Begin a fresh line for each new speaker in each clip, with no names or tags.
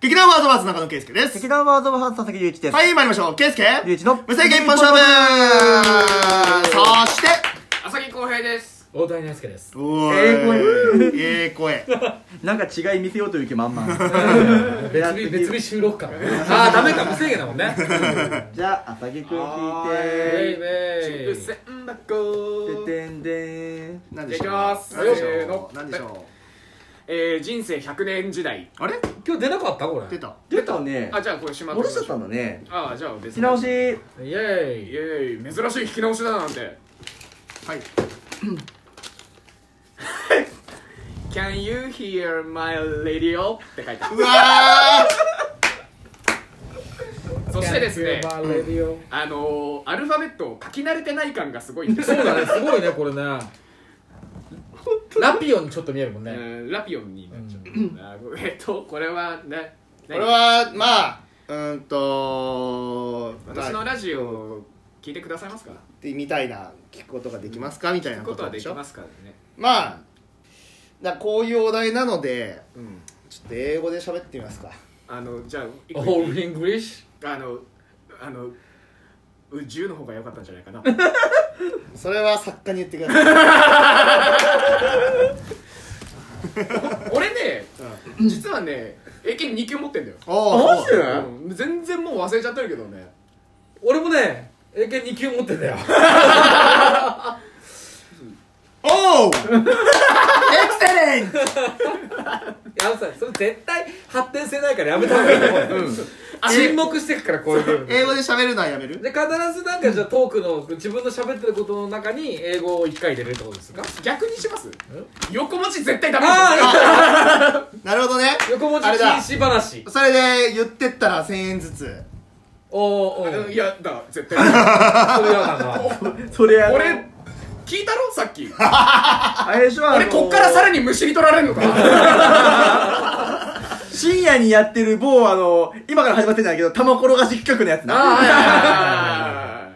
劇団ワードバーズ中野圭介です。
劇団ワードオブハーツ佐々木隆一です。
はい、参りましょう。圭介
隆一の
無制限一本勝負そして、
浅木浩平です
大谷大輔です
おーいええ声。
なんか違い見せようという気満々。
別日別日収録感 ああダメか無制限だもん ね
じゃあ、浅木くん
は
ウェ
聞
イ
い
ウ
て。
ェ
う
イ
せんだこ
ててんでーん。
何
じゃあ行きます
何でしょ
せーの
う何でしょ
えー、人生100年時代
うあれ
今日出なかったこれ
出た。
出たね。
あじゃあこれしまっ
漏
て
れちゃったんだね。
ああじゃあ別
し直し。
イエー
イ
イ
エーイ珍しい引き直しだなんて
はい。
Can you hear my radio? って書いてある
うわ
そしてですね
バーレディオ
あのー、アルファベットを書き慣れてない感がすごいんです
そ
よ
うだねすごいねこれねラピオンにちょっと見えるもん
う
ね
んラピオンになっちゃったあごめんえっとこれはね
ーこれは、まあ、うーんと、
私
ま
の
あ
ラジオを聞いてくださいますか
みたいな、聞くことができますかみたい
聞
な
くこ
こと
は
と
で
でし
き
ょ
ま。すからね
まあ、だからこういうお題なので、
うん
ちょっと英語で喋ってみますか。
あのじゃあいく
オールイングリッシ
あのあのう十の方が良かったんじゃないかな
それは作家に言ってください。
俺ね実はね英検2級持ってんだよ、
おー
マジで
うん全然もう忘れちゃってるけどね
ュ俺もね英検2級持ってたよ
おおエクセレント
やめさそれ絶対発展性ないからやめた方がいいと思う、沈黙してくからこういうゲーム
英語で喋るのはやめる
で必ずなんかじゃあトークの自分の喋ってることの中に英語を一回入れるってことですか
逆にします
え
横文字絶対ダメだよ
あ
なるほどね
あ横文字
あれだ
禁止話
それで言ってったら1000円ずつ
お
う
ーお
ん
ー
いやだ絶対ダ
それ嫌だな
それあ
メ
の
俺聞いたろさっき
あれでしょ、あの
俺こっからさらにむしり取られ るのか
深夜にやってる某、あの、今から始まってんだけど、玉転がし企画のやつな。
あ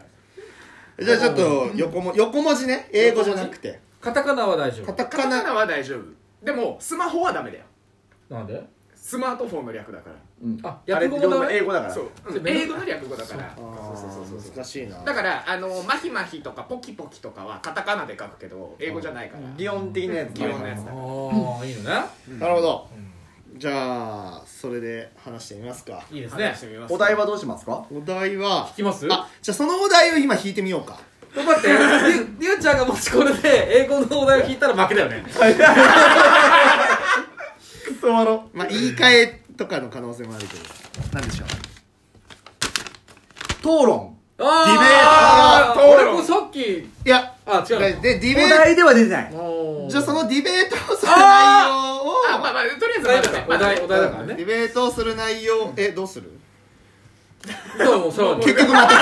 じゃあちょっと横も横文字ね英語じゃなくて
カタカナは大丈
カ
夫
タ
あ カ
カ
ナ
ナ
ダは大丈夫でもスマホはダメだよ
なんで
スマートフォンの略だから
うん
あ
あ
やっ
れ
て
って
こと
両
だ
方英
ね
語だから。
そう
それ
英語の略語だから
あ
そうそうそうそう
ー難しいな
だからあのマヒマヒとかポキポキとかはカタカナで書くけど英語じゃないから
擬音的なやつ。
擬音のやつだから
ああいいの ね
なるほどじゃあそれで話してみますか
いいですね
話してみます
お題はどうしますか
お題は
聞きます
あじゃあそのお題を今引いてみようか
頑張 ってゆゆうちゃんがもしこれで英語のお題を聞いたら負けだよね
くそまろ。
まあ言い換えとかの可能性もあるけど何でしょう
討論。
あ
ディベート
俺もさっき
いや
あ違うの
でディ
お
ベー
題では出てない。
トじゃあそのディベートをする内
あ
容を
あまあまあとりあえずまだねま
大丈夫お
だ
題
ね
お題だから
デ
ね
ィベートをする内容えどうする
どうもそう
結局また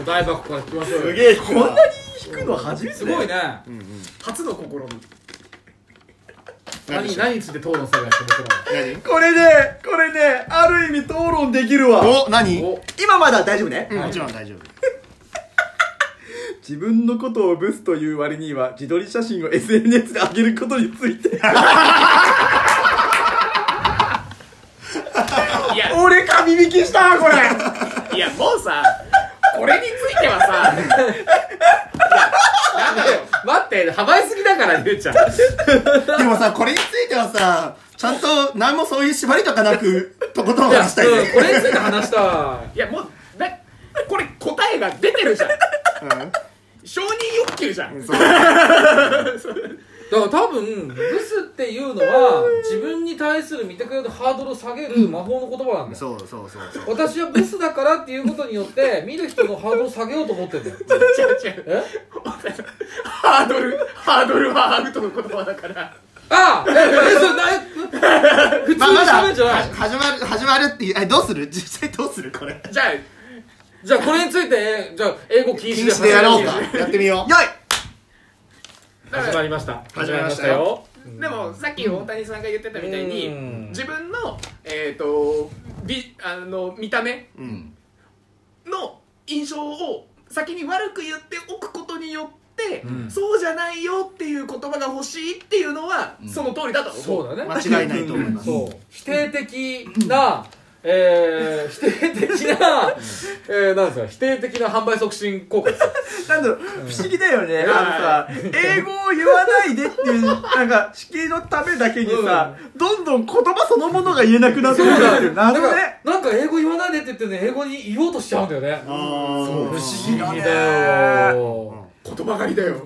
お台箱から聞きましょうよ
げえこ
こんなに引くの初めて
す
だよ
ごいね
初の試み
何
何何について討論するかって僕ら
何
これね、これね、ある意味討論できるわ。
お何
お
今まだ大丈夫ね
うんもちろん大丈夫
自分のことをブスという割には自撮り写真を SNS で上げることについて
いや
俺神引きしたこれ
いやもうさこれについてはさいやなんだろう
待ってハマりすぎだからゆうちゃん
でもさこれについてはさちゃんと何もそういう縛りとかなくとことん話したい
うんこ
ね
れについて話した
いやもうなこれ答えが出てるじゃん承認欲求じゃん
そう
だから多分ブスっていうのは自分に対する見てくれるハードルを下げる魔法の言葉なんだよ
そうそうそうそう
私はブスだからっていうことによって見る人のハードルを下げようと思って んだよ
違う違う
え
ハードルハードルはアウトの言葉だから
ああええそなえ 普通に
まあまだ
喋るんじゃない、
始まる始まるっていうえどうする実際どうするこれ
じゃあ
じゃあこれについてえじゃあ英語禁止
禁
で
止でやろうかやってみようよい
だから
始まりました
始まりましたよ
でもさっき大谷さんが言ってたみたいに
うん
自分のえっ、とびあの見た目
うん
の印象を先に悪く言っておくことによっって、
うん
そうじゃないよっていう言葉が欲しいっていうのは、その通りだと思う
そうだね
間違いないと思います。
そう否定的な、えー、否定的な、えー、なんですか否定的な販売促進効果ですよ
なんだろう、不思議だよね。あ
は
のさ、英語を言わないでっていう、なんか、地形のためだけにさ、どんどん言葉そのものが言えなくなってくるっていう。な
だ
る
か
ほど
ら
ね。
なんか英語言わないでって言ってね英語に言おうとしちゃうんだよね
あー
そう不思議だね
よ
言葉狩りだよ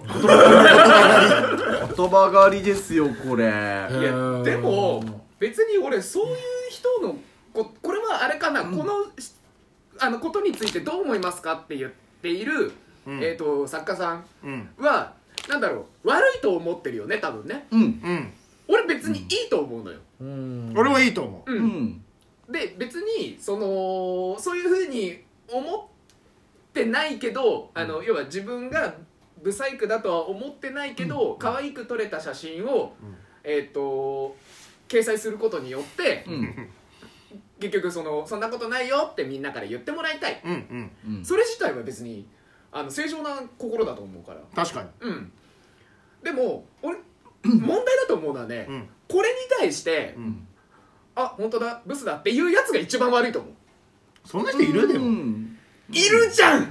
言葉狩りですよ、これ。
いやでも別に俺そういう人のここれはあれかな、このしあのことについてどう思いますかって言っている、
うん
えー、と作家さん
うん。
はなんだろう悪いと思ってるよね多分ね
うん。
うん。
俺別にいいと思うのよ、
うん
俺はいいと思う。
うん
うん。
で別にそのそういうふうに思ってないけどあの、要は自分がブサイクだとは思ってないけど、可愛く撮れた写真を、
うん
えっ、と掲載することによって、
うん。
結局そのそんなことないよってみんなから言ってもらいたい
うんうん。
うん。
それ自体は別にあの正常な心だと思うから
確かに。
うんでも俺問題だと思うのはね、
うん
これに対して、
うん。
あ本当だブスだっていうやつが一番悪いと思う
そんな人いるで
う
も。
ん
いるじゃんい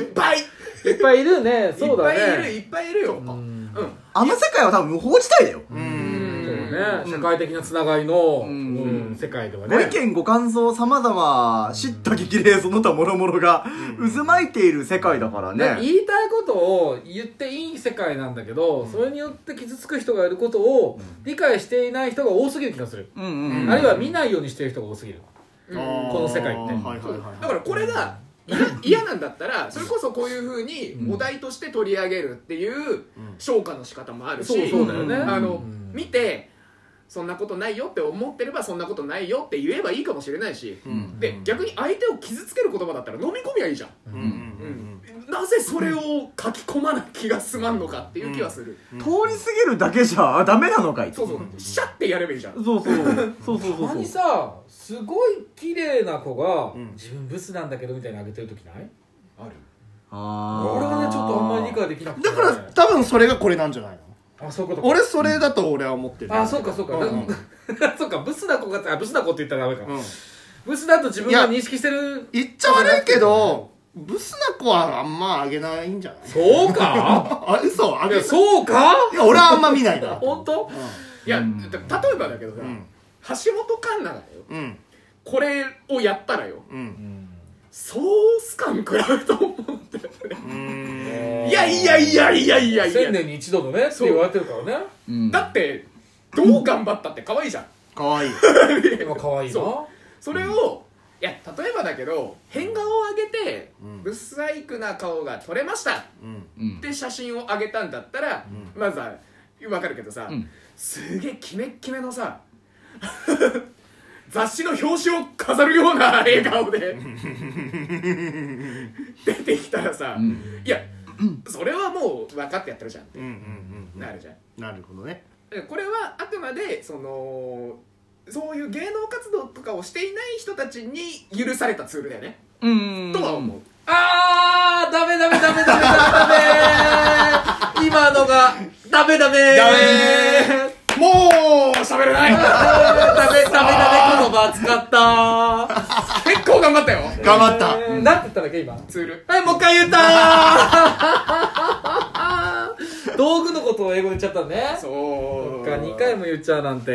っぱい
いっぱいいるねそうだ
いっぱいいる
ね
いっぱいいるよ
う
うん
ん
あの世界は多分無法地帯だよ。
う。
そうんね
うん
社会的なつながりの
う
うんん世界ではね
ご意見ご感想様々、知った激励その他諸々が渦巻いている世界だから
なんか
ね。
言いたいことを言っていい世界なんだけど、それによって傷つく人がいることを理解していない人が多すぎる気がする、
うんうんうん。
あるいは見ないようにしてる人が多すぎる、
うん
この世界って
あーはいはいはい。
だからこれがいや嫌なんだったらそれこそこういうふうにお題として取り上げるっていう消化の仕方もあるし、
そうそうだよね、
うん
あの、
うん
見てそんなことないよって思ってればそんなことないよって言えばいいかもしれないし、
うん
で逆に相手を傷つける言葉だったら飲み込みゃいいじゃん、
うんうんうん
なぜそれを書き込まない気が済まんのかっていう気はする、
うん。
通り過ぎるだけじゃダメなのかい
そうそうシャッてやればいいじゃん、
そうそう。そうそう
た
そ
ま
う
に
そう。
さすごい綺麗な子が、
うん
自分ブスなんだけどみたいにあげてる時ない
ある
あー
俺はねちょっとあんまり理解できなくて
だから多分それがこれなんじゃないの
あそういうことか
俺それだと俺は思ってる。
あそうかそうか、
うん
そうかブスな子があブスな子って言ったらダメか、
うん。
ブスだと自分が認識してる
言っちゃ悪いけど、ブスな子はあんまあげないんじゃない
そ うか
あ、嘘あ
い
げ
や
そう。
そうか
いや、俺はあんま見ない な。
本当
いや、
うん
だ例えばだけどさ、
うん
橋本環奈がよ
うん。
これをやったらよ
うん。
ソース感食らうと思って
うん。
いやいやいやいやいやい
千
や
年に一度のねって言われてるからね
うん
だってどう頑張ったって可愛いじゃん
かわいい。
今可愛いな
そそれを、いや例えばだけど変顔を上げて、
うん
ブサイクな顔が撮れましたっ
うん。
うん
て写真を上げたんだったら、まずは分かるけどさ、
うん
すげえキメッキメのさ 雑誌の表紙を飾るような笑 顔で出てきたらさ、
うん
いや、それはもう分かってやってるじゃんって
うん。うん。うん。
なるじゃん
なるほどね。
これはあくまでそのそういう芸能活動とかをしていない人たちに許されたツールだよね、
うん
とは思う
あーダメダメダメダメダメダメ今のがダメダメ
ダメもう喋 れない
ダメダメダメ言葉使った
結構頑張ったよ
頑張った。
えーなんて言ったんだっけ今
ツール
はいもう一回言ったー道具のことを英語で言っちゃったね
そう
か2回も言っちゃうなんて
い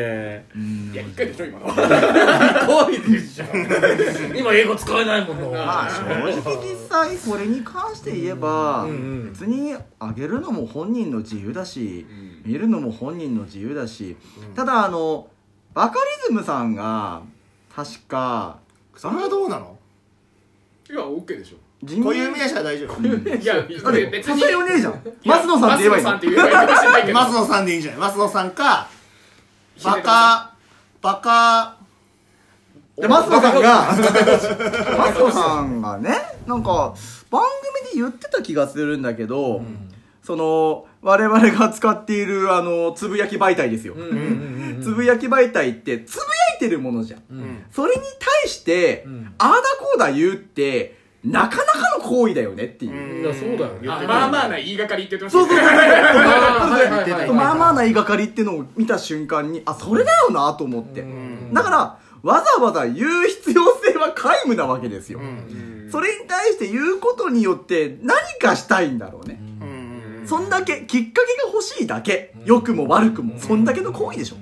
や1回でしょ今の
怖いでしょ今英語使えないもん
まあ
な
正直さこれに関して言えば
うんうん
別にあげるのも本人の自由だし
うん
見るのも本人の自由だしただあのバカリズムさんが確か
それはどうなの
いや OK でしょ
人
こういう名詞は大丈夫。
いや
だって
別
支
に
えお姉じゃん松野さんって言えばいいの
松野さんって言えばいいかもしれないけど
松野さんでいいんじゃない松野さんか、バ
バ
カ、バカ、
で松野さんが松野さんがねなんか番組で言ってた気がするんだけど、その我々が使っているあのつぶやき媒体ですよ、
うんうんうんうん
つぶやき媒体ってつぶやいてるものじゃん、
うん
それに対して、
うん
ああだこうだ言うってなかなかの行為だよねっていう。
いやそうだよね
言ってた
まあまあな言いがかりって言って
そ
ま
うそ
し
う
た
そう。
はいはいはい
まあまあ
な
な言いがかりってのを見た瞬間に、あ、それだよなと思って。だから、わざわざ言う必要性は皆無なわけですよ。それに対して言うことによって何かしたいんだろうね。そんだけ、きっかけが欲しいだけ。良くも悪くも、そんだけの行為でしょ。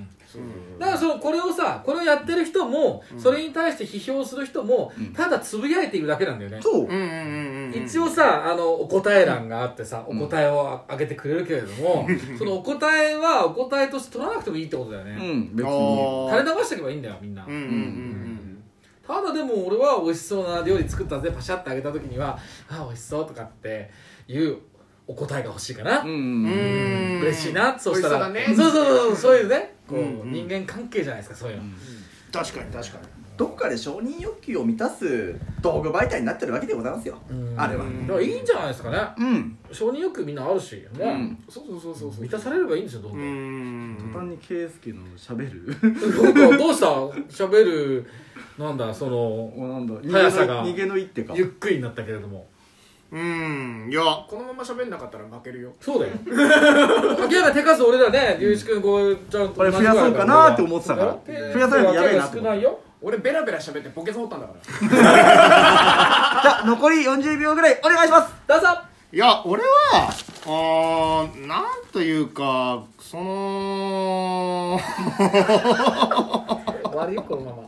だからそのこれをさこれをやってる人もそれに対して批評する人もただつぶやいているだけなんだよね
そう。
一応さあのお答え欄があってさお答えをあげてくれるけれどもそのお答えはお答えとして取らなくてもいいってことだよ
う
ね
ん、別に。
垂れ流していけばいいんだよみんなただでも俺は美味しそうな料理作ったぜパシャってあげた時にはあ美味しそうとかっていうお答えが欲しいかな
うんうん。
嬉しいなそうしたら
美味しそう
そ
うだね
そうそうそういうねこ
うん
う
うん
人間関係じゃないですかそういうの
確かに確か
どっかで承認欲求を満たす道具媒体になってるわけでございますよ。
うん
あれは。
だからいいんじゃないですかね
うん。
承認欲求みんなあるしね
うん
そうそうそうそうそう
満たされればいいんですよどんどん
途端に圭介の喋る。
なんか どうした喋るなんだその
おなんだ逃げ
速さが
の逃げの一手か
ゆっくりになったけれども
うんいや
このまま喋んなかったら負けるよ
そう だよ明らかに手数俺らね龍一君こうちゃんと
これ増やそうかなーって思ってたから増やされるとやばいなと
と
思って
少ないよ
俺ベラベラ喋ってポケツ掘ったんだから
じゃあ残り40秒ぐらいお願いします
どうぞ
いや俺はあーなんというかそ の
終わるよこのまま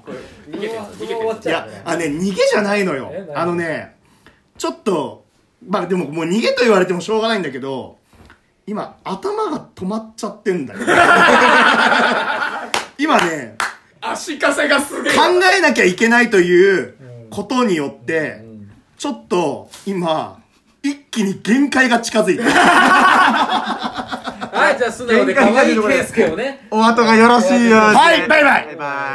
逃げてる逃げてる
終わっ
い
ちゃ
や
うから
あのね逃げじゃないのよ
え何
あのねちょっとまあでももう逃げと言われてもしょうがないんだけど今頭が止まっちゃってん だよ今ね
足かせがすげえ
考えなきゃいけないということによって、ちょっと今、一気に限界が近づいてる。
はいじゃあ素直で可愛い圭介をね
お後がよろしいようで
はい、バイバイ
バイバイ